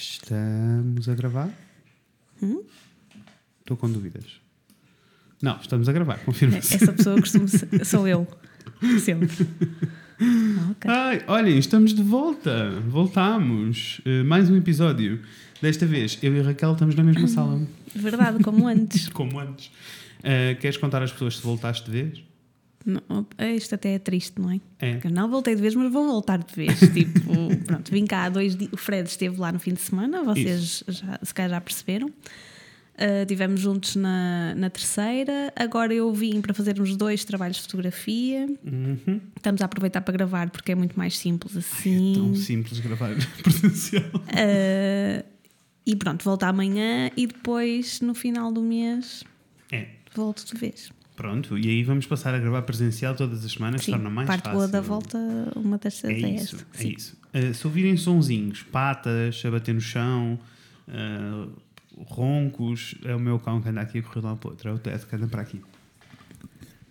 Estamos a gravar? Hum? Estou com dúvidas. Não, estamos a gravar, confirma-se. É, Essa pessoa costumo ser- sou eu. Sempre. Ah, É, Ok. Ai, olhem, estamos de volta. Voltámos. Eh, mais um episódio. Desta vez, eu e a Raquel estamos na mesma sala, Verdade, como antes. como antes. Eh, queres contar às pessoas se voltaste de vez? Não, isto até é triste, não é? É. Porque eu não voltei de vez, mas vou voltar de vez. tipo, pronto, vim cá há dois dias. O Fred esteve lá no fim de semana, vocês já, se calhar já perceberam. Uh, tivemos juntos na, na terceira. Agora eu vim para fazermos dois trabalhos de fotografia. Uhum. Estamos a aproveitar para gravar porque é muito mais simples assim. É tão simples gravar presencial. Uh, e pronto, volto amanhã e depois no final do mês É, volto de vez. pronto. E aí vamos passar a gravar presencial todas as semanas, Sim, torna mais parte fácil. boa da volta, uma das É é isso, esta. é Sim. isso. Eh, se ouvirem sonzinhos, patas a bater no chão, eh, roncos, é o meu cão que anda aqui a correr de um lado para o outro, é o Ted que anda para aqui.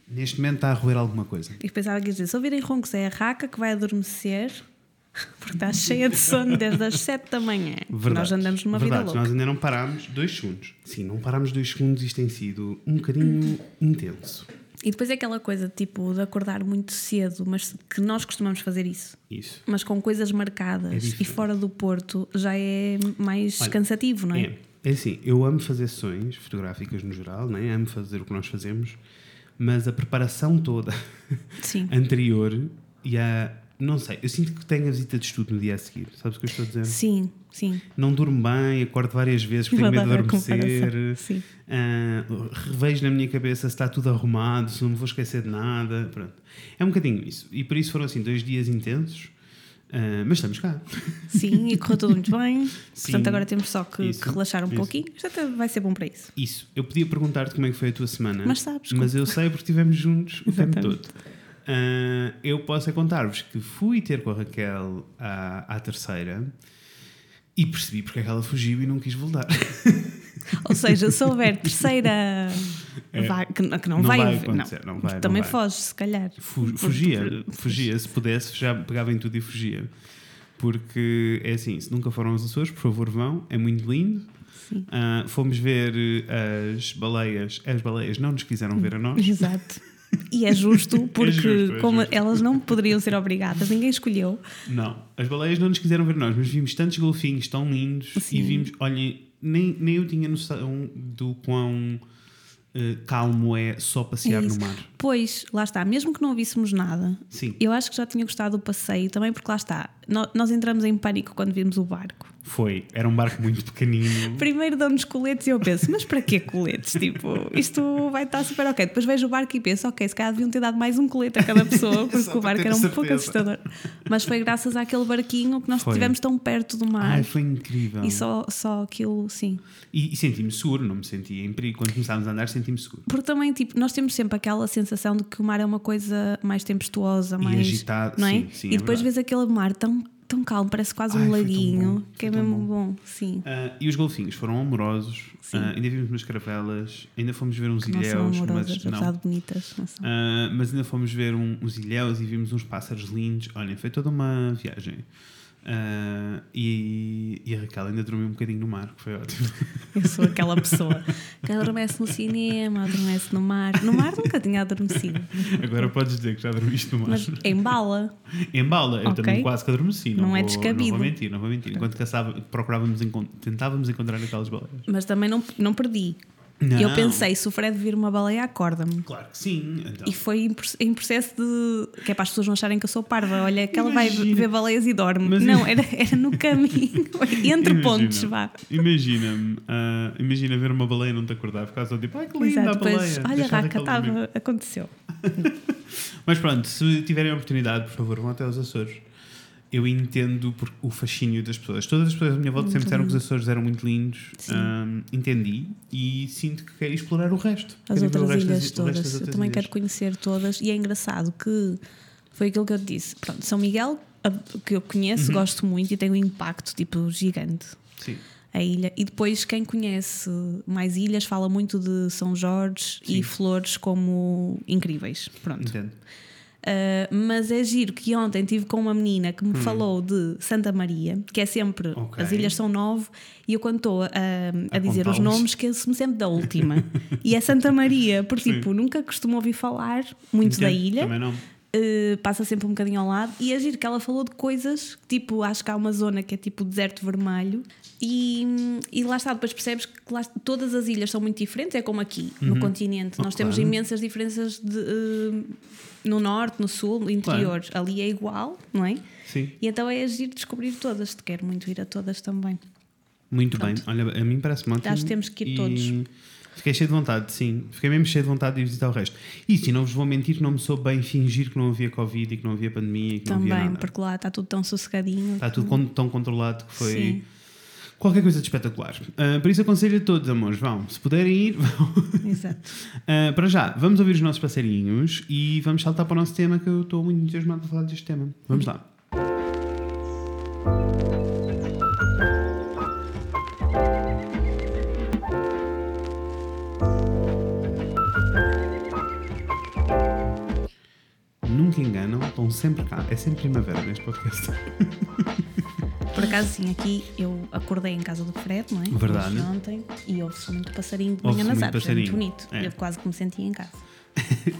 Neste momento está a roer alguma coisa. E pensava que ia dizer: se ouvirem roncos, é a raca que vai adormecer porque está cheia de sono desde as 7 da manhã. Verdade. Nós andamos numa Verdade, vida louca. Nós ainda não parámos dois segundos. Sim, não parámos dois segundos, isto tem sido um bocadinho intenso. E depois é aquela coisa tipo de acordar muito cedo, mas que nós costumamos fazer isso. Isso. Mas com coisas marcadas e É diferente. fora do Porto já é mais Olha, cansativo, não é? É, é assim, eu amo fazer sessões fotográficas no geral, né? amo fazer o que nós fazemos, mas a preparação toda Sim. anterior e a. Não sei, eu sinto que tenho a visita de estudo no dia a seguir, sabes o que eu estou a dizer? Sim, sim. Não durmo bem, acordo várias vezes porque Vou tenho medo de adorar a comparação, adormecer, sim. ah, revejo na minha cabeça se está tudo arrumado, se não me vou esquecer de nada, pronto. É um bocadinho isso, e por isso foram assim dois dias intensos, ah, mas estamos cá. Sim, e correu tudo muito bem. Sim. Portanto, agora temos só que, Isso, que relaxar um isso. pouquinho. Isto até vai ser bom para isso. Isso. Eu podia perguntar-te como é que foi a tua semana. Mas sabes como- Mas eu sei porque estivemos juntos o tempo Exatamente. todo. Ah, eu posso é contar-vos que fui ter com a Raquel à, à terceira e percebi porque é que ela fugiu e não quis voltar. Ou seja, se houver terceira. É. va- que, não- que não, Não vai, vai haver. acontecer, não vai, não Também vai. foge, se calhar. Fu- Por- Fugia, por- fugia. Se pudesse, já pegava em tudo e fugia. Porque é assim: se nunca foram aos Açores, por favor, vão. É muito lindo. Sim. Ah, fomos ver eh, as baleias. As baleias não nos quiseram ver a nós. Exato. E é justo, porque justo, é como justo. elas não poderiam ser obrigadas, ninguém escolheu. Não, as baleias não nos quiseram ver nós, mas vimos tantos golfinhos tão lindos Sim. e vimos, olhem, nem, nem eu tinha noção do quão eh, calmo é só É passear no isso. mar. Pois, lá está, mesmo que não víssemos nada, Sim, eu acho que já tinha gostado do passeio também, porque lá está, no- nós entramos em pânico quando vimos o barco. foi. Era um barco muito pequenino. Primeiro dão-nos coletes e eu penso, mas para que coletes? Tipo, isto vai estar super ok. Depois vejo o barco e penso, ok, se calhar deviam ter dado mais um colete a cada pessoa, Só porque para o barco ter era um certeza. pouco assustador. Mas foi graças àquele barquinho que nós Foi. estivemos tão perto do mar. Ai, foi incrível. e E, só, só aquilo, sim. e senti-me seguro, não me senti em perigo. Quando começámos a andar, senti-me seguro. Porque também, tipo, nós temos sempre aquela sensação de que o mar é uma coisa mais tempestuosa, mais. agitado, não é? sim, sim, e é depois verdade. vês aquele mar tão, tão calmo, parece quase Ai, um foi tão laguinho, bom, que é foi tão mesmo bom, sim. Ah, e os golfinhos foram amorosos. Sim. Ah, ainda vimos umas caravelas, ainda fomos ver uns Que não são ilhéus, é mas amorosas, não. apesar de bonitas. Não são. Ah, mas ainda fomos ver um- uns ilhéus e vimos uns pássaros lindos. Olhem, foi toda uma viagem. Ah, e, e a Raquel ainda dormiu um bocadinho no mar, que foi ótimo. Eu sou aquela pessoa que adormece no cinema, adormece no mar. No mar nunca tinha adormecido, Agora podes dizer que já dormiste no mar. mas em bala. Embala, eu Ok. também quase que adormeci. Não, Não é vou- Não descabido. vou mentir, não vou mentir. Enquanto caçava, procurávamos, encon- tentávamos encontrar aquelas baleias. Mas também não, não perdi. Não. Eu pensei, se o Fred vir uma baleia, acorda-me. Claro que sim. Então. E foi em, proce- em processo de. que é para as pessoas não acharem que eu sou parva. Olha, que ela vai Imagina. ver baleias e dorme. Mas não, era, era no caminho, entre Imagina. pontos, vá. Imagina-me, ah, imagina ver uma baleia e não te acordar, ficar só tipo, ai que linda a Exato, baleia. um depois, olha, Deixar Raca, aquele dormir. estava, aconteceu. Mas pronto, se tiverem a oportunidade, por favor, vão até aos Açores. Eu entendo por- o fascínio das pessoas. Todas as pessoas da minha volta sempre disseram que os Açores eram muito lindos. Ahm, entendi e sinto que quero explorar o resto. As Quero ver o outras resto das- ilhas o resto das todas. Eu outras também ilhas. quero conhecer todas. E é engraçado que foi aquilo que eu te disse. Pronto, São Miguel, a- que eu conheço, Uhum. gosto muito e tem um impacto tipo gigante. Sim. A ilha. E depois, quem conhece mais ilhas fala muito de São Jorge Sim. e flores como incríveis. Pronto. Entendo. Uh, mas é giro que ontem tive com uma menina que me falou de Santa Maria, que é sempre Hum. Ok. as ilhas são nove, e eu quando estou a, a A dizer os contá-los. nomes, esqueço-me sempre da última. e é Santa Maria, por Sim. tipo, nunca costumo ouvir falar muito da Entendo, ilha. Também não. Uh, passa sempre um bocadinho ao lado e é giro que ela falou de coisas tipo, acho que há uma zona que é tipo deserto vermelho e, e lá está, depois percebes que lá- todas as ilhas são muito diferentes, é como aqui no continente, Ah, nós temos claro. imensas diferenças de, uh, no norte, no sul, no interior, ali é igual, não é? Sim. E então é giro descobrir todas, te quero muito ir a todas também. Muito Pronto. bem. Olha, a mim parece muito. Acho que temos que ir todos. Fiquei cheio de vontade, sim. Fiquei mesmo cheio de vontade de ir visitar o resto. E sim, não vos vou mentir, não me sou bem fingir que não havia Covid e que não havia pandemia e que não havia também, nada. porque lá está tudo tão sossegadinho. Está tudo con- tão controlado que foi Sim. qualquer coisa de espetacular. Ah, por isso aconselho a todos, amores, vão. Se puderem ir, vão. Exato. Ah, para já, vamos ouvir os nossos passarinhos e vamos saltar para o nosso tema que eu estou muito entusiasmado a falar deste tema. Vamos lá. Nunca enganam, estão sempre cá. É sempre primavera neste podcast. Por acaso, sim, aqui eu acordei em casa do Fred, não é? Verdade. Hoje, Ontem, e ouve-se muito passarinho de Ouve-se manhã nas muito árvores, é muito passarinho, bonito. é. Eu quase que me senti em casa.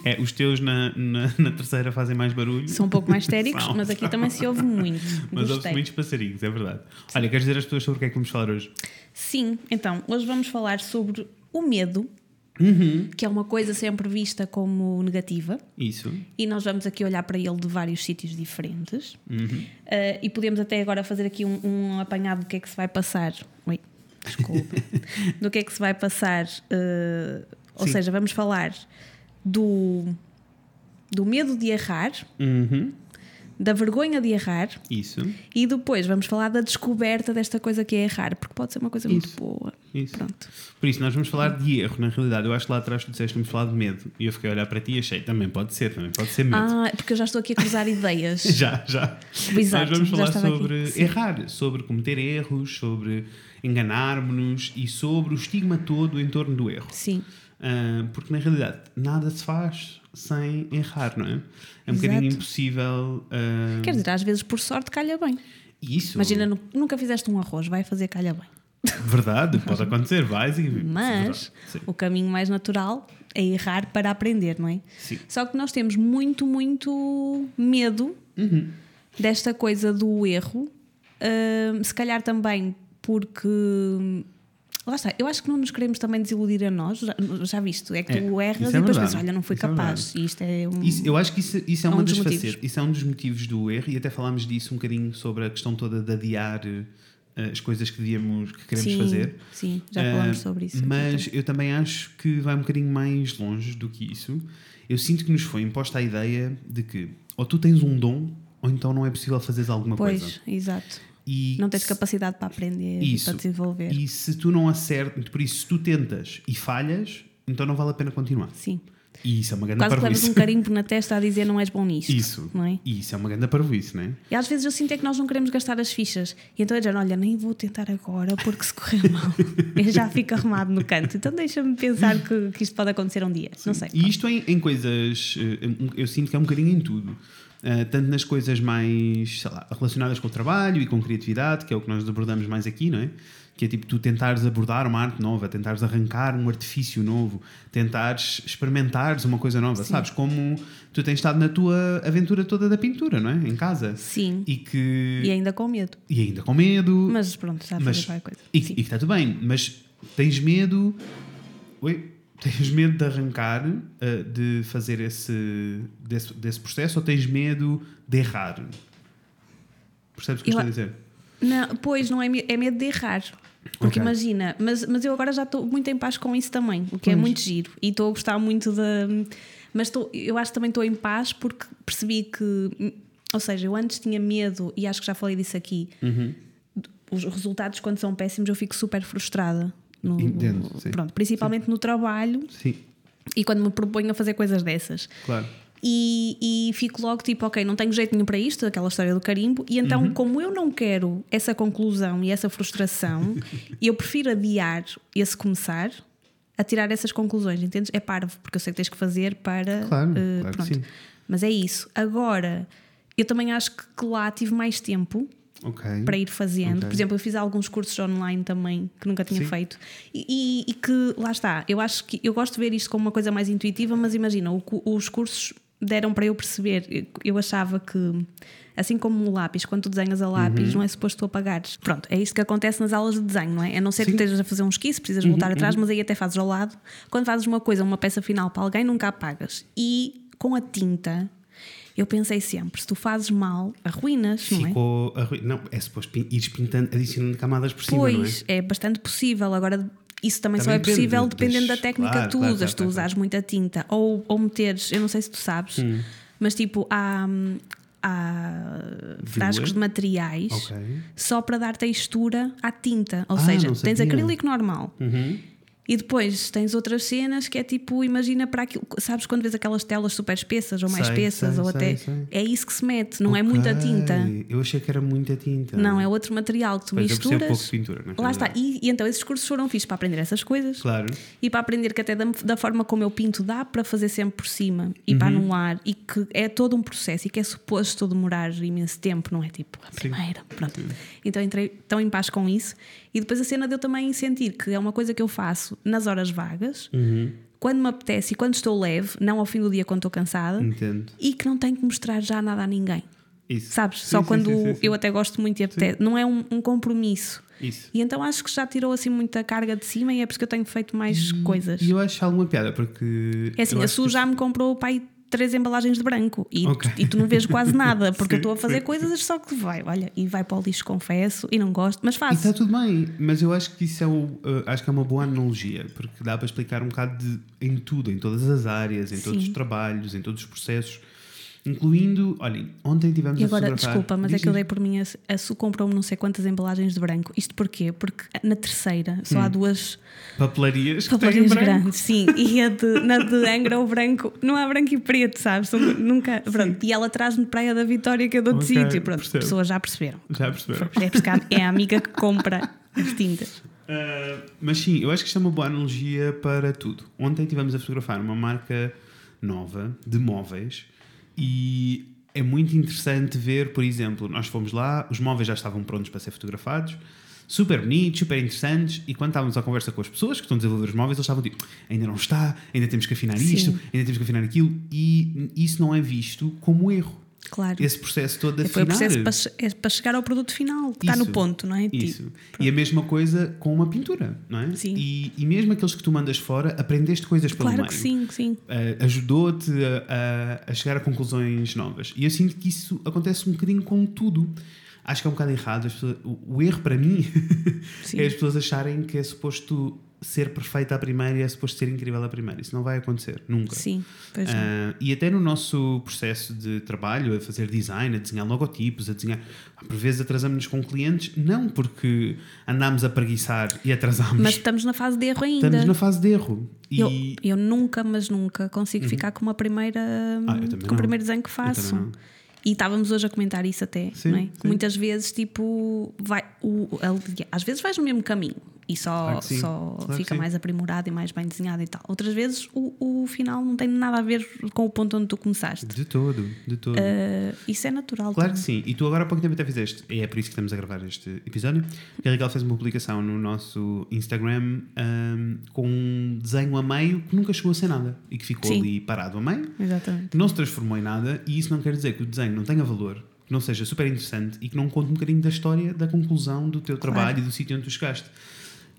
É, os teus na, na, na terceira fazem mais barulho. São um pouco mais téricos, São, mas aqui são. também se ouve muito. Mas ouve-se Gostei. muitos passarinhos, é verdade. Olha, queres dizer às pessoas sobre o que é que vamos falar hoje? Sim, então, hoje vamos falar sobre o medo, Uhum. que é uma coisa sempre vista como negativa. Isso. E nós vamos aqui olhar para ele de vários sítios diferentes. Uhum. Eh, e podemos até agora fazer aqui um, um apanhado do que é que se vai passar. Ui, desculpa. do que é que se vai passar. eh, ou Sim. seja, vamos falar do, do medo de errar, Uhum. da vergonha de errar. Isso. E depois vamos falar da descoberta desta coisa que é errar, porque pode ser uma coisa muito boa. Isso. Pronto. Por isso, nós vamos falar de erro, na realidade. Eu acho que lá atrás tu disseste vamos falar de medo. E eu fiquei a olhar para ti e achei, também pode ser, também pode ser medo. Ah, porque eu já estou aqui a cruzar ideias. Já, já. Exato, Nós vamos já falar estava aqui. sobre Sim. errar, sobre cometer erros, sobre enganarmos-nos e sobre o estigma todo em torno do erro. Sim. Ah, porque na realidade nada se faz sem errar, não é? É um Exato. bocadinho impossível. ah, Quer dizer, às vezes por sorte calha bem. isso. Imagina, nu- nunca fizeste um arroz, vai fazer calha bem. Verdade, pode acontecer, vais e. Mas Sim. o caminho mais natural é errar para aprender, não é? Sim. Só que nós temos muito, muito medo Uhum. desta coisa do erro. Ahm, se calhar também porque. Lá está, eu acho que não nos queremos também desiludir a nós, já, já visto. É que É, tu erras isso é e depois verdade. pensas, olha, não fui Isso é capaz. e isto é um. Isso- eu acho que isso, isso é uma um dos das motivos. facetas, isso é um dos motivos do erro, e até falámos disso um bocadinho sobre a questão toda de adiar eh, as coisas que, devíamos, que queremos sim, fazer. Sim, já Eh, falámos sobre isso. aqui Mas é eu também acho que vai um bocadinho mais longe do que isso. Eu sinto que nos foi imposta a ideia de que ou tu tens um dom, ou então não é possível fazeres alguma Pois, coisa. exato. E Não tens se- capacidade para aprender, Isso. para desenvolver. E se tu não acertas, por isso, se tu tentas e falhas, então não vale a pena continuar. Sim. E isso é uma grande Quase que levas parvoíce. um carimbo na testa a dizer não és bom nisto. Isso. Não é? E isso é uma grande parvoíce, não é? E às vezes eu sinto é que nós não queremos gastar as fichas. E então eu digo, olha, nem vou tentar agora porque se correr mal, eu já fico arrumado no canto. Então deixa-me pensar que, que isto pode acontecer um dia. Não sei. E isto em, em coisas, eh, um- eu sinto que é um bocadinho em tudo. Ah, tanto nas coisas mais sei lá, relacionadas com o trabalho e com criatividade, que é o que nós abordamos mais aqui, não é? Que é tipo tu tentares abordar uma arte nova, tentares arrancar um artifício novo, tentares experimentares uma coisa nova, sabes? Como tu tens estado na tua aventura toda da pintura, não é? Em casa. Sim. E que. E ainda com medo. E ainda com medo. Mas pronto, já Mas- fazer qualquer coisa. E, Sim. e que está tudo bem, mas tens medo. Oi? Tens medo de arrancar, eh, de fazer esse desse, desse processo ou tens medo de errar? Percebes o que eu Eu estou a a- dizer? Não, pois, não é, me- é medo de errar. Porque Ok. imagina, mas, mas eu agora já estou muito em paz com isso também, o que é muito giro. E estou a gostar muito da. Mas estou- eu acho que também estou em paz porque percebi que. Ou seja, eu antes tinha medo, e acho que já falei disso aqui. Uhum. Os resultados, quando são péssimos, eu fico super frustrada. No, Entendo, sim. Pronto, principalmente no trabalho Sim, e quando me proponho a fazer coisas dessas. claro. E, e fico logo tipo, ok, não tenho jeito nenhum para isto, aquela história do carimbo. E então, Uhum. como eu não quero essa conclusão e essa frustração, eu prefiro adiar esse começar a tirar essas conclusões, entendes? É parvo, porque eu sei que tens que fazer para. Claro, eh, claro que pronto. sim. Mas é isso. Agora, eu também acho que, que lá tive mais tempo Ok. para ir fazendo. Uhum. Ok. Por exemplo, eu fiz alguns cursos online também que nunca tinha Sim. feito. E, e- e que lá está, eu acho que eu gosto de ver isto como uma coisa mais intuitiva, mas imagina, o cu- os cursos deram para eu perceber. Eu, eu achava que, assim como o lápis, quando tu desenhas a lápis, Uhum. não é suposto tu apagares. Pronto, é isto que acontece nas aulas de desenho, não é? A não ser Sim. Uhum, que estejas a fazer um esquiço, precisas voltar atrás, mas aí até fazes ao lado. Quando fazes uma coisa, uma peça final para alguém, nunca apagas. E com a tinta. Eu pensei sempre, se tu fazes mal, arruinas, não é? Ficou. arrui- Não, é suposto pin- ires pintando, adicionando camadas por cima, não é? Pois, é? bastante possível. Agora, isso também, só Também é depende, possível mas- dependendo da técnica claro, que tu claro, claro, usas. tu claro, Hum. usares muita tinta ou, ou meteres, eu não sei se tu sabes, mas tipo, há, hum, há frascos de materiais Ok. só para dar textura à tinta. Ou Ah, seja, não tens sabia. acrílico normal. Uhum. E depois tens outras cenas que é tipo, imagina para aquilo, sabes quando vês aquelas telas super espessas ou mais Sei, espessas, sei, ou sei, até sei. é isso que se mete, não é muita Ok. tinta. Eu achei que era muita tinta. Não, é outro material que tu Pois, eu percebo misturas. pouco de pintura, na Lá está. realidade. E, e então esses cursos foram fixos para aprender essas coisas Claro. e para aprender que até da, da forma como eu pinto dá para fazer sempre por cima e Uhum. para anular e que é todo um processo e que é suposto demorar imenso tempo, não é tipo a primeira. Pronto. Então entrei tão em paz com isso e depois a cena deu também em sentir que é uma coisa que eu faço nas horas vagas. Uhum. Quando me apetece e quando estou leve, não ao fim do dia quando estou cansada, Entendo. e que não tenho que mostrar já nada a ninguém. Isso. Sabes? Sim, Só sim, quando sim, sim, sim. eu até gosto muito e apetece. Não é um, um compromisso. Isso. E então acho que já tirou assim muita carga de cima e é por isso que eu tenho feito mais coisas. E eu acho alguma piada, porque. É assim, eu a acho Su que- já me comprou pai três embalagens de branco e, Ok. tu, e tu não vês quase nada, Sim, porque eu estou a fazer sim, coisas só que vai, olha, e vai para o lixo, confesso, e não gosto, mas E tá faço. está tudo bem, mas eu acho que isso é, o, eh, acho que é uma boa analogia, porque dá para explicar um bocado de, em tudo, em todas as áreas, em todos Sim. os trabalhos, em todos os processos, incluindo. Olhem, ontem tivemos E a agora, fotografar- desculpa, mas tá Diz, é que eu diz. dei por mim a, a Su comprou-me não sei quantas embalagens de branco. Isto porquê? Porque na terceira só Hum. há duas Papelarias que têm Papelarias um branco. grandes, sim. E a de, na de Angra, o branco, não há branco e preto, sabes? São- nunca. Pronto. E ela traz-me Praia da Vitória, que é de outro Ok, sítio. Pronto, percebo. as pessoas já perceberam. Já perceberam? É, porque há- é a amiga que compra as tintas. Uh, mas sim, eu acho que isto é uma boa analogia para tudo. Ontem estivemos a fotografar uma marca nova de móveis e é muito interessante ver, por exemplo, nós fomos lá, os móveis já estavam prontos para ser fotografados, super bonitos, super interessantes, e quando estávamos à conversa com as pessoas que estão a desenvolver os móveis, eles estavam tipo, ainda não está, ainda temos que afinar Sim. isto, ainda temos que afinar aquilo, e isso não é visto como erro. Claro. Esse processo todo de Foi o afinar. processo para, che- é para chegar ao produto final, que está no Isso. ponto, não é? Tipo, Isso. E a mesma coisa com uma pintura, não é? Sim. E, e mesmo aqueles que tu mandas fora, aprendeste coisas pelo Claro meio. que sim, que sim. Ah, Ajudou-te a, a- a chegar a conclusões novas. E eu sinto que isso acontece um bocadinho com tudo. Acho que é um bocado errado. as pessoas- o, o erro para mim Sim. é as pessoas acharem que é suposto ser perfeita à primeira e é suposto ser incrível à primeira. Isso não vai acontecer, nunca. Sim, pois é. não. Ah, e até no nosso processo de trabalho, a fazer design, a desenhar logotipos, a desenhar. ah, Por vezes atrasamos-nos com clientes, não porque andámos a preguiçar e atrasámos. Mas estamos na fase de erro ainda. Estamos na fase de erro. E Uhum. Eu, eu nunca, mas nunca consigo ficar com uma primeira Ah, eu também com não. o primeiro desenho que faço. também não. E estávamos hoje a comentar isso até, Sim, não é? sim. Muitas vezes, tipo, vai, o, ali- às vezes vais no mesmo caminho e só, Claro que sim, só claro que fica sim. mais aprimorado e mais bem desenhado e tal. Outras vezes o, o final não tem nada a ver com o ponto onde tu começaste. de todo, de todo. Uh, isso é natural. Claro que também. sim. E tu agora há pouco tempo até fizeste, e é por isso que estamos a gravar este episódio, que a Raquel fez uma publicação no nosso Instagram ahm, com um desenho a meio que nunca chegou a ser nada e que ficou Sim. ali parado a meio. Exatamente. que não se transformou em nada e isso não quer dizer que o desenho não tenha valor, que não seja super interessante e que não conte um bocadinho da história, da conclusão do teu Claro. trabalho e do sítio onde tu chegaste.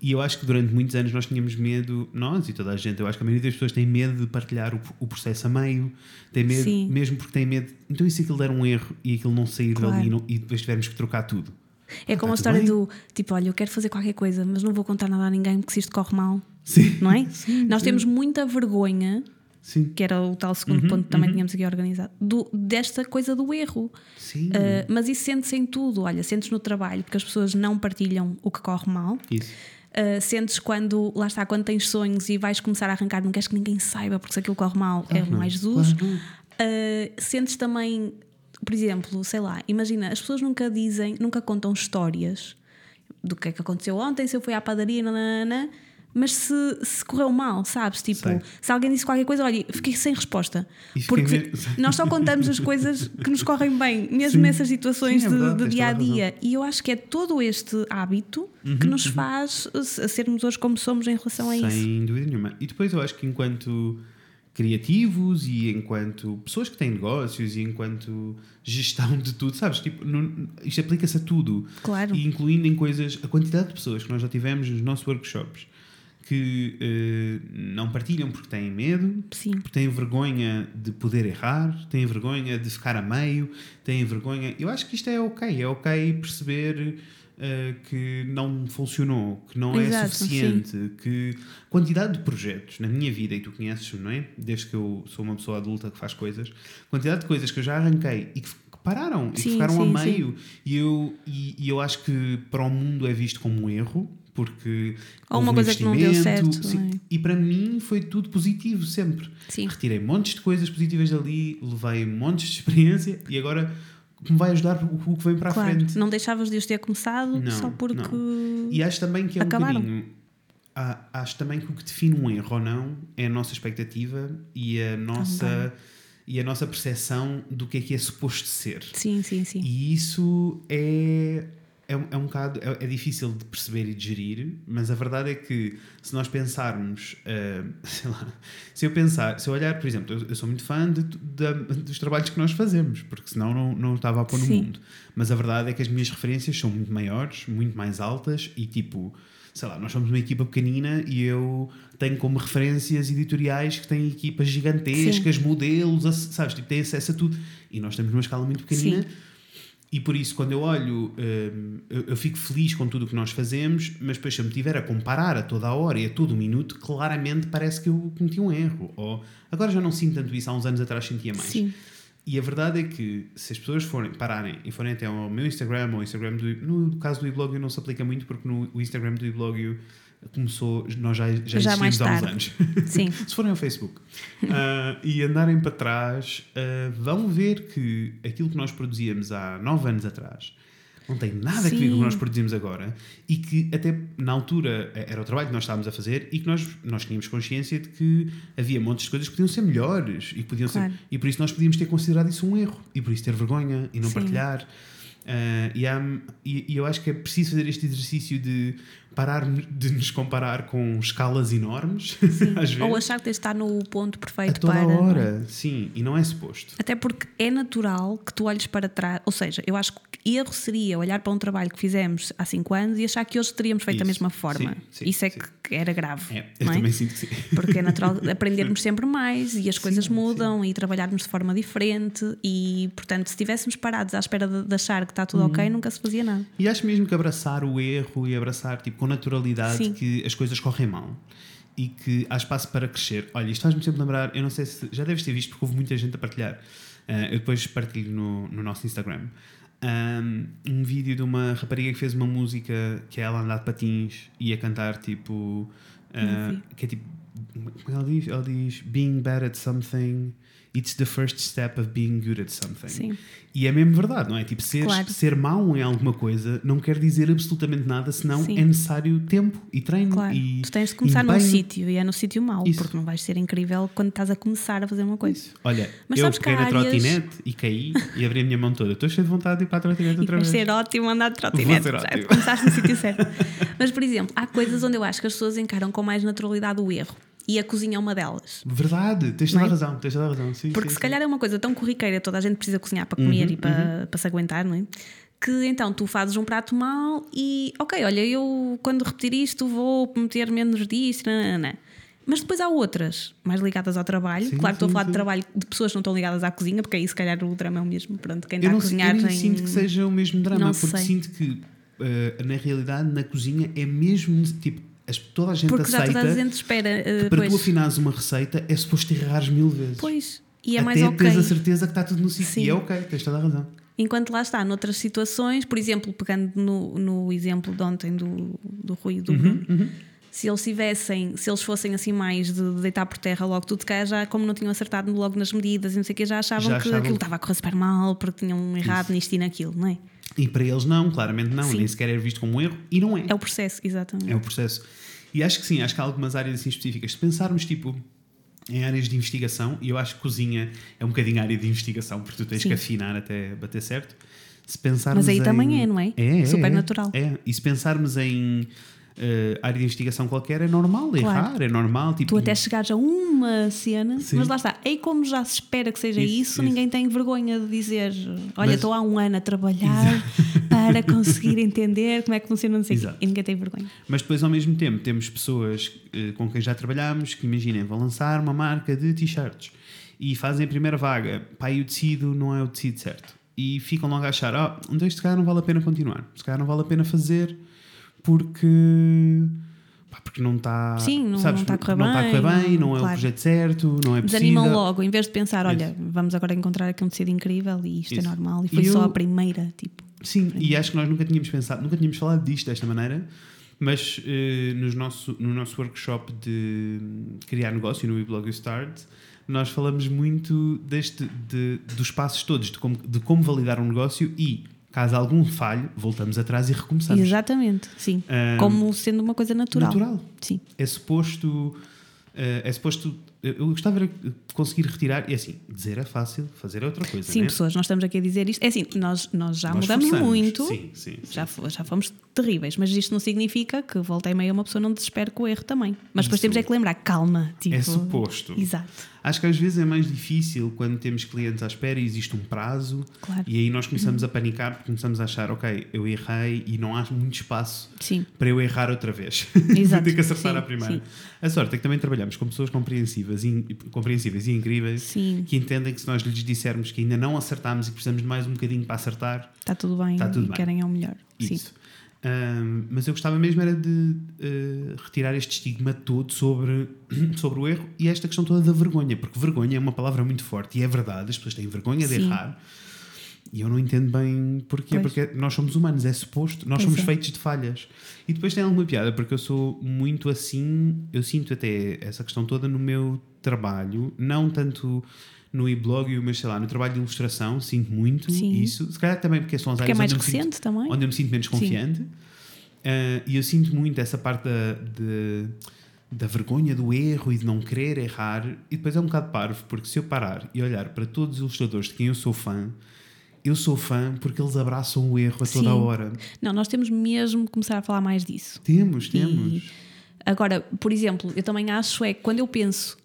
E eu acho que durante muitos anos nós tínhamos medo, nós e toda a gente, eu acho que a maioria das pessoas tem medo de partilhar o, o processo a meio, tem medo, Sim. mesmo porque tem medo, então e se aquilo der um erro e aquilo não sair Claro. dali e, não- e depois tivermos que trocar tudo? É como tudo a história bem. do tipo, olha, eu quero fazer qualquer coisa, mas não vou contar nada a ninguém porque se isto corre mal, Sim, não é? Nós temos muita vergonha sim, que era o tal segundo ponto que também tínhamos aqui organizado, do- desta coisa do erro. sim. Uh, mas isso sente-se em tudo. Olha, sentes no trabalho, porque as pessoas não partilham o que corre mal. Isso. Uh, sentes quando, lá está, quando tens sonhos e vais começar a arrancar, não queres que ninguém saiba, porque se aquilo corre mal, é mais Jesus. claro não. Uh, sentes também, por exemplo, sei lá, imagina, as pessoas nunca dizem, nunca contam histórias do que é que aconteceu ontem, se eu fui à padaria, nananana, mas se, se correu mal, sabes? Tipo, Sei. se alguém disse qualquer coisa, olha, fiquei sem resposta. E fiquei Porque mesmo- fi- nós só contamos as coisas que nos correm bem, mesmo Sim. nessas situações Sim, é de- verdade, de tens dia a toda a razão. Uhum. dia. E eu acho que é todo este hábito que nos faz uh, se- a sermos hoje como somos em relação a isso. Sem dúvida nenhuma. E depois eu acho que enquanto criativos e enquanto pessoas que têm negócios e enquanto gestão de tudo, sabes? Tipo, não- isto aplica-se a tudo. Claro. E incluindo em coisas, a quantidade de pessoas que nós já tivemos nos nossos workshops que eh, não partilham porque têm medo, Sim. porque têm vergonha de poder errar, têm vergonha de ficar a meio, têm vergonha. Eu acho que isto é ok, é ok perceber eh, que não funcionou, que não é Exato, suficiente, que quantidade de projetos na minha vida, e tu conheces-me, não é? Desde que eu sou uma pessoa adulta que faz coisas, quantidade de coisas que eu já arranquei e que f- que pararam e que Sim, ficaram a sim, meio sim. meio. E eu, e, e eu acho que para o mundo é visto como um erro, porque. Ou houve uma um coisa que não deu investimento, certo, sim. não é? E para mim foi tudo positivo, sempre. Sim. Retirei montes de coisas positivas dali, levei montes de experiência e agora que me vai ajudar o, o que vem para a Claro. frente. Não deixavas de os ter começado Não, só porque. E acho também que é Acabaram. um bocadinho. há- Acho também que o que define um erro ou não é a nossa expectativa e a nossa, e a nossa percepção do que é que é suposto ser. Sim, sim, sim. E isso é, é, um- é um bocado. É, é difícil de perceber e de gerir, mas a verdade é que se nós pensarmos. ah, sei lá. Se eu pensar. Se eu olhar, por exemplo, eu, eu sou muito fã de tu- da- dos trabalhos que nós fazemos, porque senão não, não estava a pôr no Sim. mundo. Mas a verdade é que as minhas referências são muito maiores, muito mais altas e tipo. Sei lá, nós somos uma equipa pequenina e eu tenho como referências editoriais que têm equipas gigantescas, modelos, ace- sabes? Tipo, têm acesso a tudo. E nós temos uma escala muito pequenina Sim. e por isso, quando eu olho, hum, eu, eu fico feliz com tudo o que nós fazemos, mas depois, se eu me tiver a comparar a toda a hora e a todo minuto, claramente parece que eu cometi um erro. Ou agora já não sinto tanto isso, há uns anos atrás sentia mais. Sim. E a verdade é que se as pessoas forem, pararem e forem até ao meu Instagram ou ao Instagram do. No caso do Iblogio não se aplica muito, porque no, o Instagram do Iblogio começou. Nós já, já, existimos é mais há uns tarde. anos. Sim. Se forem ao Facebook ah, e andarem para trás, ah, vão ver que aquilo que nós produzíamos há nove anos atrás não tem nada a ver com o Sim. que nós produzimos agora e que até na altura eh, era o trabalho que nós estávamos a fazer e que nós, nós tínhamos consciência de que havia montes de coisas que podiam ser melhores e, que podiam Claro. ser, e por isso nós podíamos ter considerado isso um erro e por isso ter vergonha e não Sim. partilhar. Ah, e, há- e- e eu acho que é preciso fazer este exercício de parar de nos comparar com escalas enormes, às vezes. Ou achar que tens de estar no ponto A perfeito toda É para. a Então, hora, sim, e não é suposto. Até porque é natural que tu olhes para trás. Ou seja, eu acho que erro seria olhar para um trabalho que fizemos há 5 anos e achar que hoje teríamos feito da Isso. mesma forma. Sim, sim, Isso é sim. que era grave. É, eu não é? também sinto que sim. Porque é natural aprendermos sempre mais e as coisas mudam e trabalharmos de forma diferente. E, portanto, se estivéssemos parados à espera de, de achar que está tudo Uhum. ok, nunca se fazia nada. E acho mesmo que abraçar o erro e abraçar tipo, com naturalidade Sim. que as coisas correm mal e que há espaço para crescer. Olha, isto faz-me sempre lembrar, eu não sei se já deves ter visto porque houve muita gente a partilhar. Ah, eu depois partilho no, no nosso Instagram ah, um vídeo de uma rapariga que fez uma música que é ela a andar de patins e a cantar tipo. ah, Não vi. que é tipo. Como é que ela diz? Ela diz: Being bad at something, it's the first step of being good at something. Sim. E é mesmo verdade, não é? Tipo, ser, Claro. ser mau em alguma coisa não quer dizer absolutamente nada, senão Sim. é necessário tempo e treino Claro. Uhum. e tu tens de começar num empenho. sítio e é no sítio mau, Isso. porque não vais ser incrível quando estás a começar a fazer uma coisa. Olha, Mas eu sabes que peguei há na áreas- trotinete e caí e abri a minha mão toda. Estou cheio de vontade de ir para a trotinete E outra vai vez. ser ótimo andar de Vou trotinete. ser Já ótimo. começaste no sítio certo. Mas, por exemplo, há coisas onde eu acho que as pessoas encaram com mais naturalidade o erro. E a cozinha é uma delas. Verdade, tens toda a razão, tens toda a razão. Sim, é? Porque sim, Uhum, se calhar é uma coisa tão corriqueira, toda a gente precisa cozinhar para comer e para, para se aguentar, não é? Que então tu fazes um prato mal e, ok, olha, eu quando repetir isto vou meter menos disto, nananã. né. Mas depois há outras, mais ligadas ao trabalho. Sim, claro que estou a sim, falar sim. de trabalho de pessoas que não estão ligadas à cozinha, porque aí se calhar o drama é o mesmo. Pronto, quem Eu está não a sei- eu cozinhar nem tem. sinto que seja o mesmo drama, Não porque sei. sinto que eh, na realidade, na cozinha, é mesmo tipo, as- toda a gente porque já aceita toda a gente espera. eh, que para tu pois. afinares uma receita é suposto errares mil vezes. Pois, e é Até mais ok. tens a certeza que está tudo no sítio. Sim. E é ok, tens toda a razão. Enquanto lá está, noutras situações, por exemplo, pegando no, no exemplo de ontem do, do Rui e Uhum, do Bruno, se eles tivessem, se eles fossem assim mais de deitar por terra logo tudo, se calhar já, como não tinham acertado logo nas medidas e não sei o que, já achavam Já que achavam. aquilo estava a correr super mal, porque tinham errado nisto e naquilo, não é? E para eles não, claramente não, Sim. nem sequer é visto como um erro e não é. É o processo, exatamente. É o processo. E acho que sim, acho que há algumas áreas assim específicas. Se pensarmos, tipo, em áreas de investigação, e eu acho que cozinha é um bocadinho área de investigação, porque tu tens Sim. que afinar até bater certo. Se pensarmos Mas aí em- também é, não é? É, é, Super é. natural. É. E se pensarmos em eh, área de investigação qualquer, é normal errar, é normal. Tipo, Tu até chegares a uma cena, Sim. mas lá está. E como já se espera que seja Isso, isso, isso. ninguém tem vergonha de dizer: Olha, Mas- estou há um ano a trabalhar para conseguir entender como é que funciona, não sei o quê. Exato. E ninguém tem vergonha. Mas depois, ao mesmo tempo, temos pessoas eh, com quem já trabalhamos que, imaginem, vão lançar uma marca de t-shirts e fazem a primeira vaga. Pá, e o tecido não é o tecido certo. E ficam logo a achar: ah, então isto se calhar não vale a pena continuar. Se calhar não vale a pena fazer porque. pá, porque não está. Sim, não- sabes, não está a correr não está a correr bem, bem, não é o claro. projeto certo, não é possível. Desanimam logo, em vez de pensar: Olha, vamos agora encontrar aqui um tecido incrível e isto Isso. é normal. E E foi só eu- a primeira, tipo. Sim, e acho que nós nunca tínhamos pensado, nunca tínhamos falado disto desta maneira, mas eh, nos nosso, no nosso workshop de hum, criar negócio no WeBlog Start, nós falamos muito deste, de- dos passos todos, de como, de como validar um negócio e, caso algum falhe, voltamos atrás e recomeçamos. Exatamente, sim. Ahm, Como sendo uma coisa natural. Hum. Natural. Sim. É suposto. eh, é suposto. Eu gostava de conseguir retirar, e assim, dizer é fácil, fazer é outra coisa. Sim, né? pessoas, nós estamos aqui a dizer isto. É assim, nós, nós já Nós mudamos forçamos. muito. Sim, sim, sim. Já, fo- já fomos terríveis, mas isto não significa que volta e meia uma pessoa não desespere com o erro também. Mas depois Isso. temos é que lembrar, calma. Tipo, É suposto. Exato. Acho que às vezes é mais difícil quando temos clientes à espera e existe um prazo Claro. Uhum. e aí nós começamos a panicar porque começamos a achar, ok, eu errei e não há muito espaço Sim. para eu errar outra vez. Exato. Tenho que acertar Sim, à primeira. sim. A sorte é que também trabalhamos com pessoas compreensivas e, compreensíveis e incríveis Sim. que entendem que se nós lhes dissermos que ainda não acertámos e que precisamos de mais um bocadinho para acertar, Está tudo bem Está tudo e bem. querem é o melhor. Sim. isso. Ahm, mas eu gostava mesmo era de eh, retirar este estigma todo sobre, sobre o erro e esta questão toda da vergonha, porque vergonha é uma palavra muito forte e é verdade, as pessoas têm vergonha de Sim. errar. E eu não entendo bem porquê, Pois. porque nós somos humanos, é suposto, nós Pois somos é. feitos de falhas. E depois tem alguma piada, porque eu sou muito assim, eu sinto até essa questão toda no meu trabalho, não tanto no e-blog, mas sei lá, no trabalho de ilustração, sinto muito Sim. isso. Se calhar também porque são as Porque é áreas mais onde eu me sinto- recente também. onde eu me sinto menos confiante. Ah, e eu sinto muito essa parte da, de- da vergonha do erro e de não querer errar. E depois é um bocado parvo, porque se eu parar e olhar para todos os ilustradores de quem eu sou fã, eu sou fã porque eles abraçam o erro a toda Sim. a hora. Não, nós temos mesmo que começar a falar mais disso. Temos, E temos. agora, por exemplo, eu também acho é que quando eu penso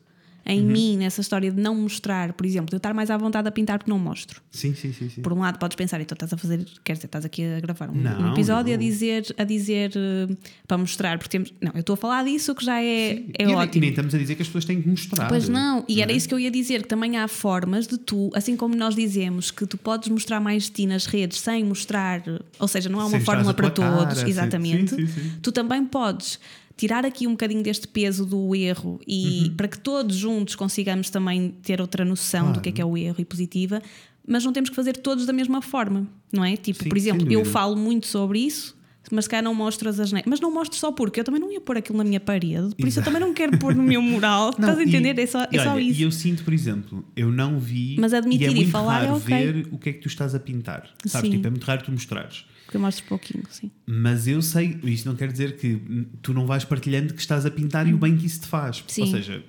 Uhum. em mim, nessa história de não mostrar, por exemplo, de eu estar mais à vontade a pintar porque não mostro. Sim, sim, sim. sim. Por um lado, podes pensar, então estás a fazer, quer dizer, estás aqui a gravar um, um Não, episódio a não. dizer, a dizer eh, para mostrar, porque temos. Não, eu estou a falar disso que já é, E é nem- E ótimo. nem estamos a dizer que as pessoas têm que mostrar. Pois não, e era é? isso que eu ia dizer, que também há formas de tu, assim como nós dizemos que tu podes mostrar mais de ti nas redes sem mostrar, ou seja, não há uma Sem mostrares fórmula a tua para cara, todos, sem- exatamente. sim, sim, sim. Tu também podes tirar aqui um bocadinho deste peso do erro e Uhum. para que todos juntos consigamos também ter outra noção do que é que é o erro e positiva, mas não temos que fazer todos da mesma forma, não é? Tipo, Sim, por exemplo, sem eu dúvida. falo muito sobre isso. Mas cá não mostro as asneiras. Mas não mostro só porque eu também não ia pôr aquilo na minha parede, por isso eu Exato. também não quero pôr no meu mural. Não, Estás a e- entender? é só, é e só olha, isso. E eu sinto, por exemplo, eu não vi. Mas e admitir é e muito falar é raro ok. ver o que é que tu estás a pintar. Sabes? Sim. Tipo, é muito raro tu mostrares. Porque eu um mostro pouquinho, sim. Mas eu sei, isto não quer dizer que hum, tu não vais partilhando que estás a pintar e o bem que isso te faz. Sim. Ou seja,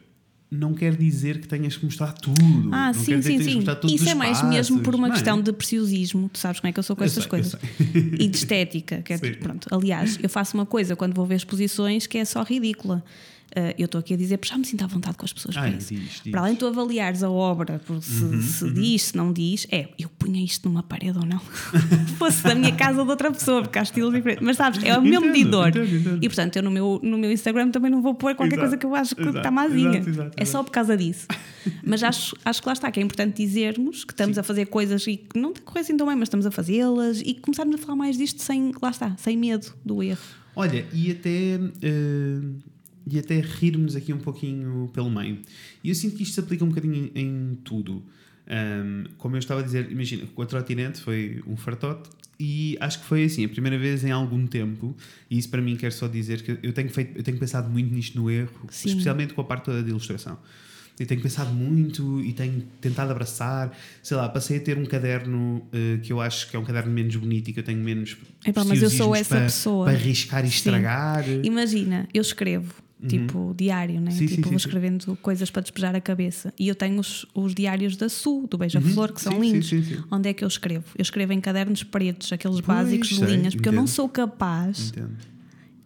não quer dizer que tenhas que mostrar tudo. Ah, não quer sim, dizer sim, que tenhas que sim. mostrar todos Isso os é mais passos, mesmo por uma não é? questão de preciosismo. Tu sabes como é que eu sou com Eu estas sei, eu coisas. E de estética. Que é, Sim. pronto. Aliás, eu faço uma coisa quando vou ver exposições que é só ridícula. Ah, eu estou aqui a dizer, "Pois já me sinto à vontade com as pessoas Ai, para isso. diz, diz. Uhum, Para além de tu avaliares a obra, por se, se diz, se não diz, é, eu punha isto numa parede ou não. Fosse da minha casa ou de outra pessoa, porque há estilos diferentes. Mas sabes, é o meu Entendo, medidor. entendo, entendo. E portanto, eu no meu, no meu Instagram também não vou pôr qualquer Exato, coisa que eu acho que exato, está mazinha. exato, exato, É só por causa disso. Mas acho, acho que lá está, que é importante dizermos que estamos a fazer coisas e que não correm assim tão bem, mas estamos a fazê-las e começarmos a falar mais disto sem, lá está, sem medo do erro. Olha, e até, eh, e até rirmos aqui um pouquinho pelo meio. E eu sinto que isto se aplica um bocadinho em, em tudo. Ahm, como eu estava a dizer, imagina, com a trotinete foi um fartote e acho que foi assim, a primeira vez em algum tempo, e isso para mim quer só dizer que eu tenho, feito, eu tenho pensado muito nisto no erro, Sim. especialmente com a parte toda de ilustração. e tenho pensado muito e tenho tentado abraçar. Sei lá, passei a ter um caderno eh, que eu acho que é um caderno menos bonito e que eu tenho menos. Epá, mas eu sou preciosismos essa para, pessoa. Para arriscar e Sim. estragar. Imagina, eu escrevo, tipo diário, né? É. Uhum. Sim, sim, tipo, sim, vou sim. escrevendo coisas para despejar a cabeça. E eu tenho os, os diários da Sul, do Beija-Flor, que são Uhum. Sim, sim, lindos. sim, sim. Onde é que eu escrevo? Eu escrevo em cadernos pretos, aqueles Pois, básicos de sei, linhas, porque eu não entendo. sou capaz, Entendo.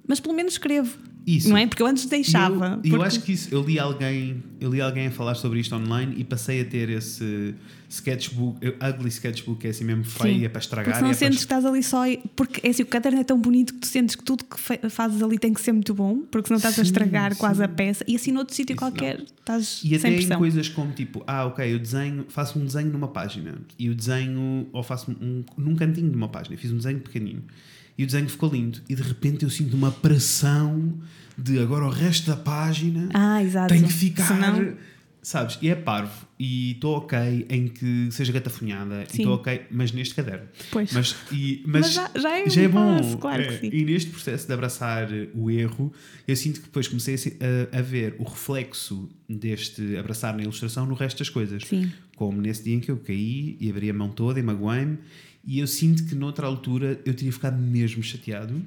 mas pelo menos escrevo. Isso. Não é? Porque eu antes E deixava. Eu, eu porque- acho que isso, eu li alguém, eu li alguém a falar sobre isto online e passei a ter esse sketchbook, ugly sketchbook, é assim mesmo feio, Sim. é para estragar, Porque senão é para sentes que estás ali só. e- Porque é assim, o caderno é tão bonito que tu sentes que tudo que fe- fazes ali tem que ser muito bom, porque senão estás a Sim, estragar sim. quase a peça. E assim, noutro sítio Isso, qualquer, estás E até sem em pressão. coisas como tipo, ah, ok, eu desenho, faço um desenho numa página e o desenho, ou faço um, num cantinho de uma página, fiz um desenho pequenino e o desenho ficou lindo e de repente eu sinto uma pressão de agora o resto da página Ah, exato. tem que ficar. Senão- Sabes, e é parvo. E estou ok em que seja gatafunhada, e Sim. estou ok, mas neste caderno. Pois. Mas, e- Mas já- já é um passo, claro que sim. E neste processo de abraçar eh, o erro, eu sinto que depois comecei a se- a, a ver o reflexo deste abraçar na ilustração no resto das coisas. Sim. Como nesse dia em que eu caí e abri a mão toda e magoei-me, e eu sinto que noutra altura eu teria ficado mesmo chateado.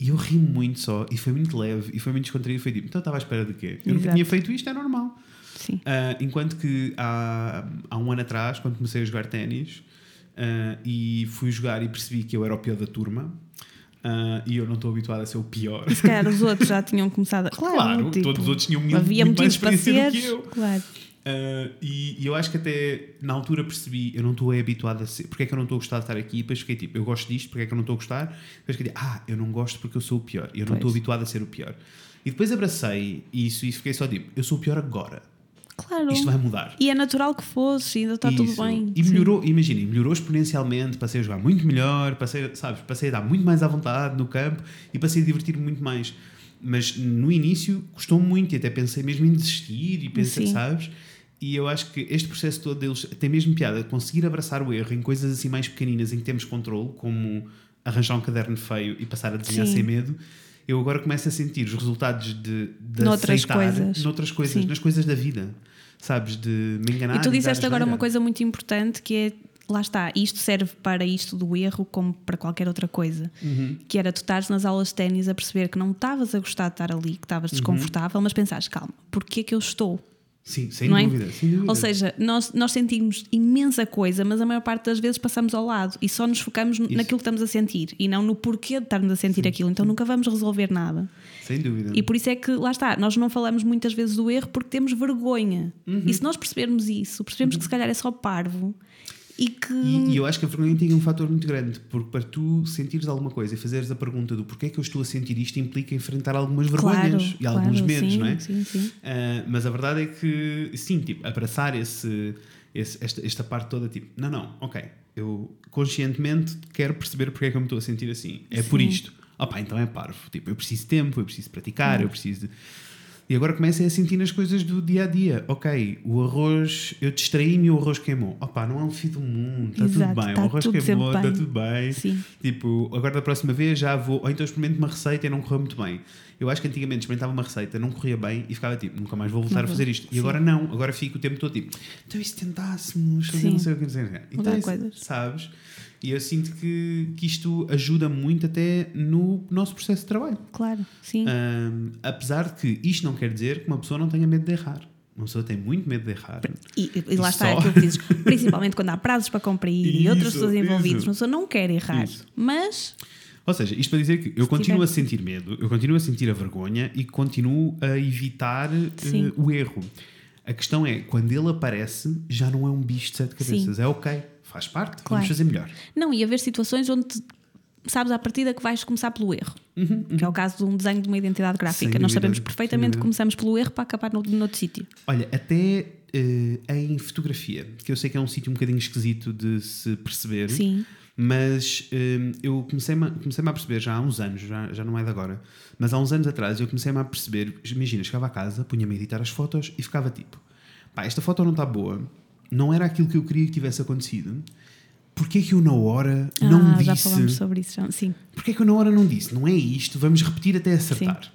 E eu ri muito só, e foi muito leve, e foi muito descontraído. Foi tipo, então eu estava à espera de quê? Eu nunca Exato. tinha feito isto, é normal. Sim. Ah, enquanto que há, há um ano atrás, quando comecei a jogar ténis ah, e fui jogar e percebi que eu era o pior da turma ah, e eu não estou habituado a ser o pior. Se calhar os outros já tinham começado a. Claro, Claro, tipo, todos os outros tinham mil- havia muito mais motivos para experiência do que seres, eu. Claro. Ah, e, e eu acho que até na altura percebi, eu não estou é habituado a ser, porque é que eu não estou a gostar de estar aqui? E depois fiquei tipo, eu gosto disto, porque é que eu não estou a gostar? Depois fiquei tipo, ah, eu não gosto porque eu sou o pior, eu não estou Pois. habituado a ser o pior. E depois abracei isso e fiquei só tipo, eu sou o pior agora, Claro. isto vai mudar. E é natural que fosses, ainda está tá tudo Isso. bem. E Sim. melhorou, imaginem, melhorou exponencialmente, passei a jogar muito melhor, passei, sabes, passei a dar muito mais à vontade no campo e passei a divertir-me muito mais. Mas no início custou muito e até pensei mesmo em desistir e pensei, Sim. sabes? E eu acho que este processo todo deles tem mesmo piada. Conseguir abraçar o erro em coisas assim mais pequeninas em que temos controle, como arranjar um caderno feio e passar a desenhar Sim. sem medo, eu agora começo a sentir os resultados de, de Noutras aceitar coisas. noutras coisas, Sim. nas coisas da vida. Sabes, de me enganar. E tu de dar disseste agora asneira. uma coisa muito importante que é. Lá está, isto serve para isto do erro como para qualquer outra coisa. Uhum. Que era tu estares nas aulas de ténis a perceber que não estavas a gostar de estar ali, que estavas Uhum. desconfortável, mas pensares, calma, porquê é que eu estou? Sim, sem não é? dúvida. sem dúvida. Ou seja, nós, nós sentimos imensa coisa, mas a maior parte das vezes passamos ao lado e só nos focamos naquilo que estamos a sentir e não no porquê de estarmos a sentir aquilo. Então nunca vamos resolver nada. sem dúvida. E por isso é que, lá está, nós não falamos muitas vezes do erro porque temos vergonha. Uhum. E se nós percebermos isso, percebemos que se calhar é só parvo e que. E, e eu acho que a vergonha tem um fator muito grande, porque para tu sentires alguma coisa e fazeres a pergunta do porquê é que eu estou a sentir isto implica enfrentar algumas vergonhas e alguns medos, sim, não é? Sim, sim. Ah, mas a verdade é que, sim, tipo, abraçar esse, esse- esta, esta parte toda, tipo, não, não, ok, eu conscientemente quero perceber porque é que eu me estou a sentir assim, é por Sim. isto. Ah pá, então é parvo, tipo, eu preciso de tempo, eu preciso de Hum. praticar, eu preciso de... E agora comecem a sentir nas coisas do dia a dia. Ok, o arroz, eu distraí-me e o arroz queimou. Opá, não é o fim do mundo, está Exato, tudo bem. tá o arroz tudo queimou, sempre está bem. tudo bem. Sim. Tipo, agora da próxima vez já vou. Ou então experimento uma receita e não correu muito bem. Eu acho que antigamente experimentava uma receita, não corria bem e ficava tipo, nunca mais vou voltar a vou. fazer isto. E Uhum. Sim. agora não, agora fico o tempo todo tipo, então e se tentássemos fazer Sim. não sei o que, não sei o que. Então, Mudar isso- coisas. Sabes? E eu sinto que, que isto ajuda muito até no nosso processo de trabalho. Claro, sim. Ah, Ahm, apesar de que isto não quer dizer que uma pessoa não tenha medo de errar. Uma pessoa tem muito medo de errar. E, e lá e está é só. aquilo que dizes, principalmente quando há prazos para cumprir e Isso, outras pessoas envolvidas, isso. uma pessoa não quer errar, Isso. mas Ou seja, isto para dizer que eu continuo a sentir medo, eu continuo a sentir a vergonha e continuo a evitar eh, Sim. o erro. A questão é, quando ele aparece, já não é um bicho de sete cabeças. É ok, faz parte, Claro. vamos fazer melhor. Não, e haver situações onde tu sabes à partida que vais começar pelo erro. Que é o caso de um desenho de uma identidade gráfica. Uhum, Sem Nós dúvida, sabemos sem perfeitamente que dúvida. começamos pelo erro para acabar no, noutro sítio. Olha, até eh, em fotografia, que eu sei que é um sítio um bocadinho esquisito de se perceber, Sim. mas eh, eu comecei-me comecei a perceber já há uns anos, já, já não é de agora, mas há uns anos atrás eu comecei-me a perceber, imagina, chegava a casa, punha-me a editar as fotos e ficava tipo, pá, esta foto não está boa, não era aquilo que eu queria que tivesse acontecido, porquê que eu na hora não ah, já disse falamos sobre isso. já- Sim, porque é que eu na hora não disse? Não é isto, vamos repetir até acertar.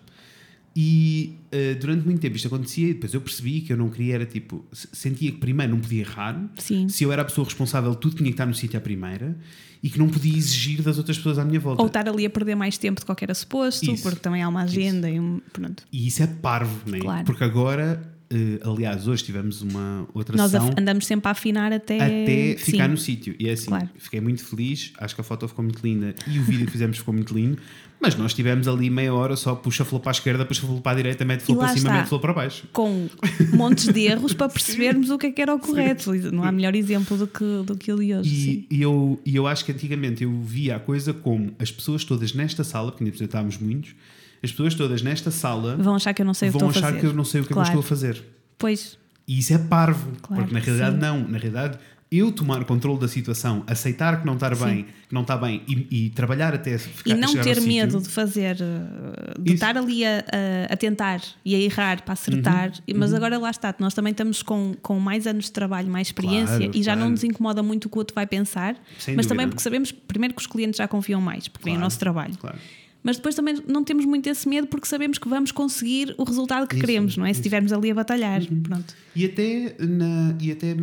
E eh, durante muito tempo isto acontecia e depois eu percebi que eu não queria, era tipo, se- sentia que primeiro não podia errar, Sim. se eu era a pessoa responsável, tudo tinha que estar no sítio à primeira e que não podia exigir das outras pessoas à minha volta. Ou tá- estar ali a perder mais tempo de qualquer suposto, Isso. porque também há uma agenda e um. Pronto. E isso é parvo, né? Claro. porque agora, eh, aliás, hoje tivemos uma outra Nós sessão af- andamos sempre a afinar até. até ficar Eh, Sim. no sítio. E é assim, Claro. fiquei muito feliz, acho que a foto ficou muito linda e o vídeo que fizemos ficou muito lindo, mas nós tivemos ali meia hora só puxa flow para a esquerda, puxa flow para a direita, mete flow E para lá cima, está. mete flow para baixo. Com montes de erros para percebermos o que é que era o correto. Não há melhor exemplo do que, do que o de hoje. sim. E, e eu, e eu acho que antigamente eu via a coisa como as pessoas todas nesta sala, porque ainda estávamos muitos, as pessoas todas nesta sala Vão achar que eu não sei o que vão estou a achar fazer. que eu não sei o que é que eu estou Claro. a fazer. Pois, E isso é parvo, Claro porque na que realidade sim. não. Na realidade, eu tomar o controle da situação, aceitar que não está bem, que não está bem e, e trabalhar até ficar, e não chegar ao ter sítio, medo de fazer, uh, de Isso. estar ali a, a- a tentar e a errar para acertar, Uhum. E- mas agora lá está, nós também estamos com, com mais anos de trabalho, mais experiência Claro, e já claro. não nos incomoda muito o que o outro vai pensar, Sem mas dúvida. também porque sabemos, primeiro, que os clientes já confiam mais, porque vem o Claro, nosso trabalho. Claro. Mas depois também não temos muito esse medo porque sabemos que vamos conseguir o resultado que Isso, Uhum. queremos, não é? Se estivermos ali a batalhar. Pronto. E até, na, e até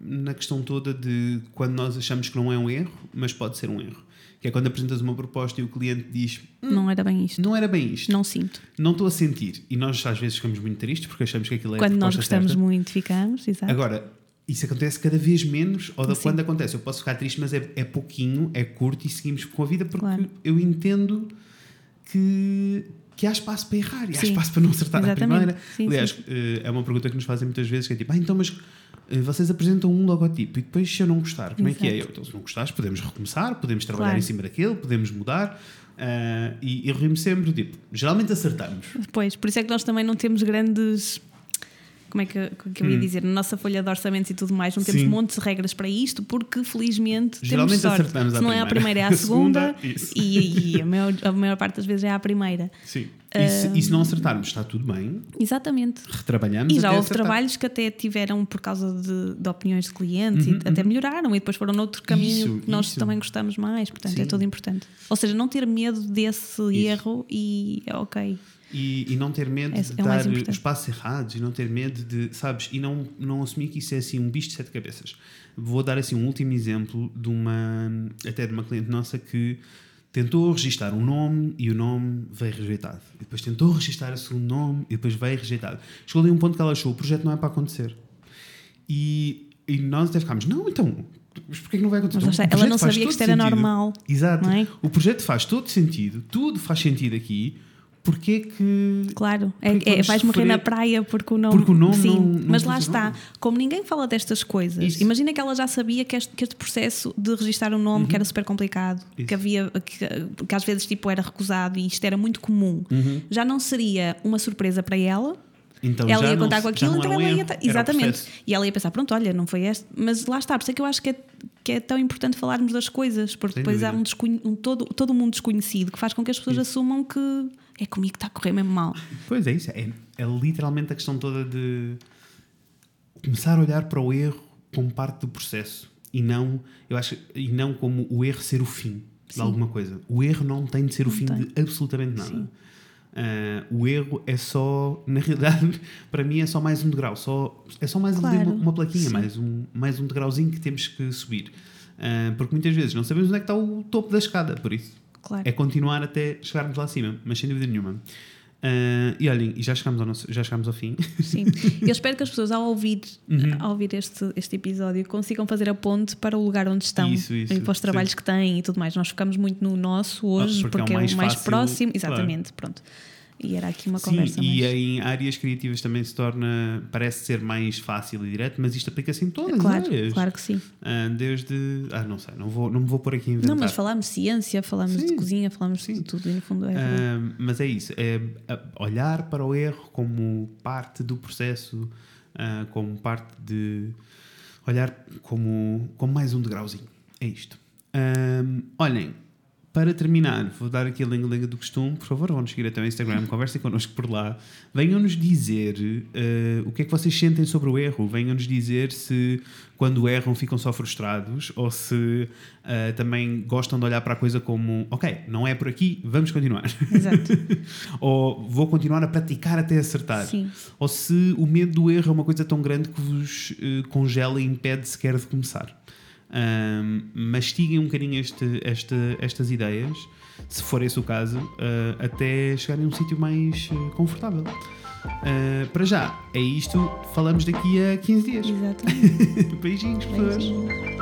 na questão toda de quando nós achamos que não é um erro, mas pode ser um erro. Que é quando apresentas uma proposta e o cliente diz Não era bem isto. não era bem isto, Não sinto. não estou a sentir. E nós às vezes ficamos muito tristes porque achamos que aquilo é a Quando nós proposta gostamos certa. muito, ficamos, exato. Agora, isso acontece cada vez menos, ou da Ah. Sim. quando acontece. Eu posso ficar triste, mas é, é pouquinho, é curto e seguimos com a vida porque Claro. eu entendo que, que há espaço para errar e há Sim. espaço para não acertar na Exatamente. primeira. Sim, Aliás, sim. eh, é uma pergunta que nos fazem muitas vezes que é tipo, ah, então, mas eh, vocês apresentam um logotipo e depois se eu não gostar, como é que é? Exato. Eu, então, se não gostares, podemos recomeçar, podemos trabalhar Claro. em cima daquele, podemos mudar. ah, e e rimos sempre, tipo, geralmente acertamos. Pois, por isso é que nós também não temos grandes. Como é que, que eu ia dizer? Na nossa folha de orçamentos e tudo mais, não temos Hum. Sim. montes de regras para isto, porque felizmente Geralmente temos sorte. acertamos à Se não é à primeira. primeira, é à A segunda, segunda. isso. e e a, maior, a maior parte das vezes é à primeira. Sim. E, se, e se não acertarmos, está tudo bem, Exatamente. retrabalhamos. E já até houve acertar. trabalhos que até tiveram por causa de, de opiniões de clientes e até melhoraram e depois foram noutro caminho Uhum, Isso, que nós isso. também gostamos mais, portanto é Sim. tudo importante. Ou seja, não ter medo desse erro e é ok. E, e não ter medo É- de é o mais dar importante. os passos errados e não ter medo de, sabes, e não, não assumir que isso é assim um bicho de sete cabeças. Vou dar assim um último exemplo de uma, até de uma cliente nossa que tentou registar um nome e o nome veio rejeitado. E depois tentou registar o segundo nome e depois veio rejeitado. Chegou ali um ponto que ela achou, o projeto não é para acontecer. E, e nós até ficámos, não, então, mas porquê que não vai acontecer? Mas lá Então, está, o ela não projeto faz sabia que todo isto era sentido. normal, Exato. não é? O projeto faz todo sentido, tudo faz sentido aqui. Porquê que Claro, Porque é, que é, vamos vais morrer sofrer? na praia porque o nome. Porque o nome Sim, não- não mas lá funciona. está. Como ninguém fala destas coisas, Isso. imagina que ela já sabia que este, que este processo de registar um nome que era super complicado, Uhum. Isso. que havia que, que às vezes tipo era recusado e isto era muito comum, já não seria uma surpresa para ela. Uhum. Então, ela já ia não- contar com já aquilo, não então era um ela ia. erro, ta- era o Exatamente. processo. E ela ia pensar: pronto, olha, não foi este. Mas lá está, por isso é que eu acho que é, que é tão importante falarmos das coisas, porque Sem depois há dúvida. um, desconhe- um todo, todo mundo desconhecido que faz com que as pessoas assumam que é comigo que está a correr mesmo mal. Pois é, isso é, é literalmente a questão toda de começar a olhar para o erro como parte do processo e não, eu acho, e não como o erro ser o fim de alguma coisa. O erro não tem de ser o fim tem. de absolutamente nada. Ah, o erro é só, na realidade, para mim é só mais um degrau, só, é só mais ali Claro, uma, uma plaquinha, sim. mais um, mais um degrauzinho que temos que subir. Ah, porque muitas vezes não sabemos onde é que está o topo da escada, por isso. Claro. É continuar até chegarmos lá acima, mas sem dúvida nenhuma. Ah, e olhem, e já chegámos ao, nosso, já chegámos ao fim. Sim. Eu espero que as pessoas, ao ouvir, Uhum. ao ouvir este, este episódio, consigam fazer a ponte para o lugar onde estão Isso, isso, e para os trabalhos sim. que têm e tudo mais. Nós focamos muito no nosso hoje Ah, porque, é o mais, fácil, próximo. claro. Exatamente, pronto. E era aqui uma Sim, conversa e é mais. em áreas criativas também se torna, parece ser mais fácil e direto, mas isto aplica-se em todas as Claro, áreas. claro que sim. Ah, desde. Ah, não sei, não, vou, não me vou pôr aqui a inventar. Não, mas falámos de ciência, falámos de Sim, cozinha, falámos sim. de tudo e no fundo é. verdade. Ah, mas é isso, é ah, olhar para o erro como parte do processo, ah, como parte de. olhar como, como mais um degrauzinho. É isto. Ah, olhem, Para terminar, vou dar aqui a lenga-lenga do costume. Por favor, vão-nos seguir até o Instagram, conversem connosco por lá. Venham-nos dizer eh, o que é que vocês sentem sobre o erro. Venham-nos dizer se, quando erram, ficam só frustrados ou se eh, também gostam de olhar para a coisa como: ok, não é por aqui, vamos continuar. Exato. ou vou continuar a praticar até acertar. Sim. Ou se o medo do erro é uma coisa tão grande que vos eh, congela e impede sequer de começar. Ahm, mastiguem um bocadinho este- esta- estas ideias, se for esse o caso, ah, até chegarem a um sítio mais eh, confortável. Ah, para já, é isto. Falamos daqui a 15 dias. Exatamente. é Beijinhos, pessoas. Beijinhos.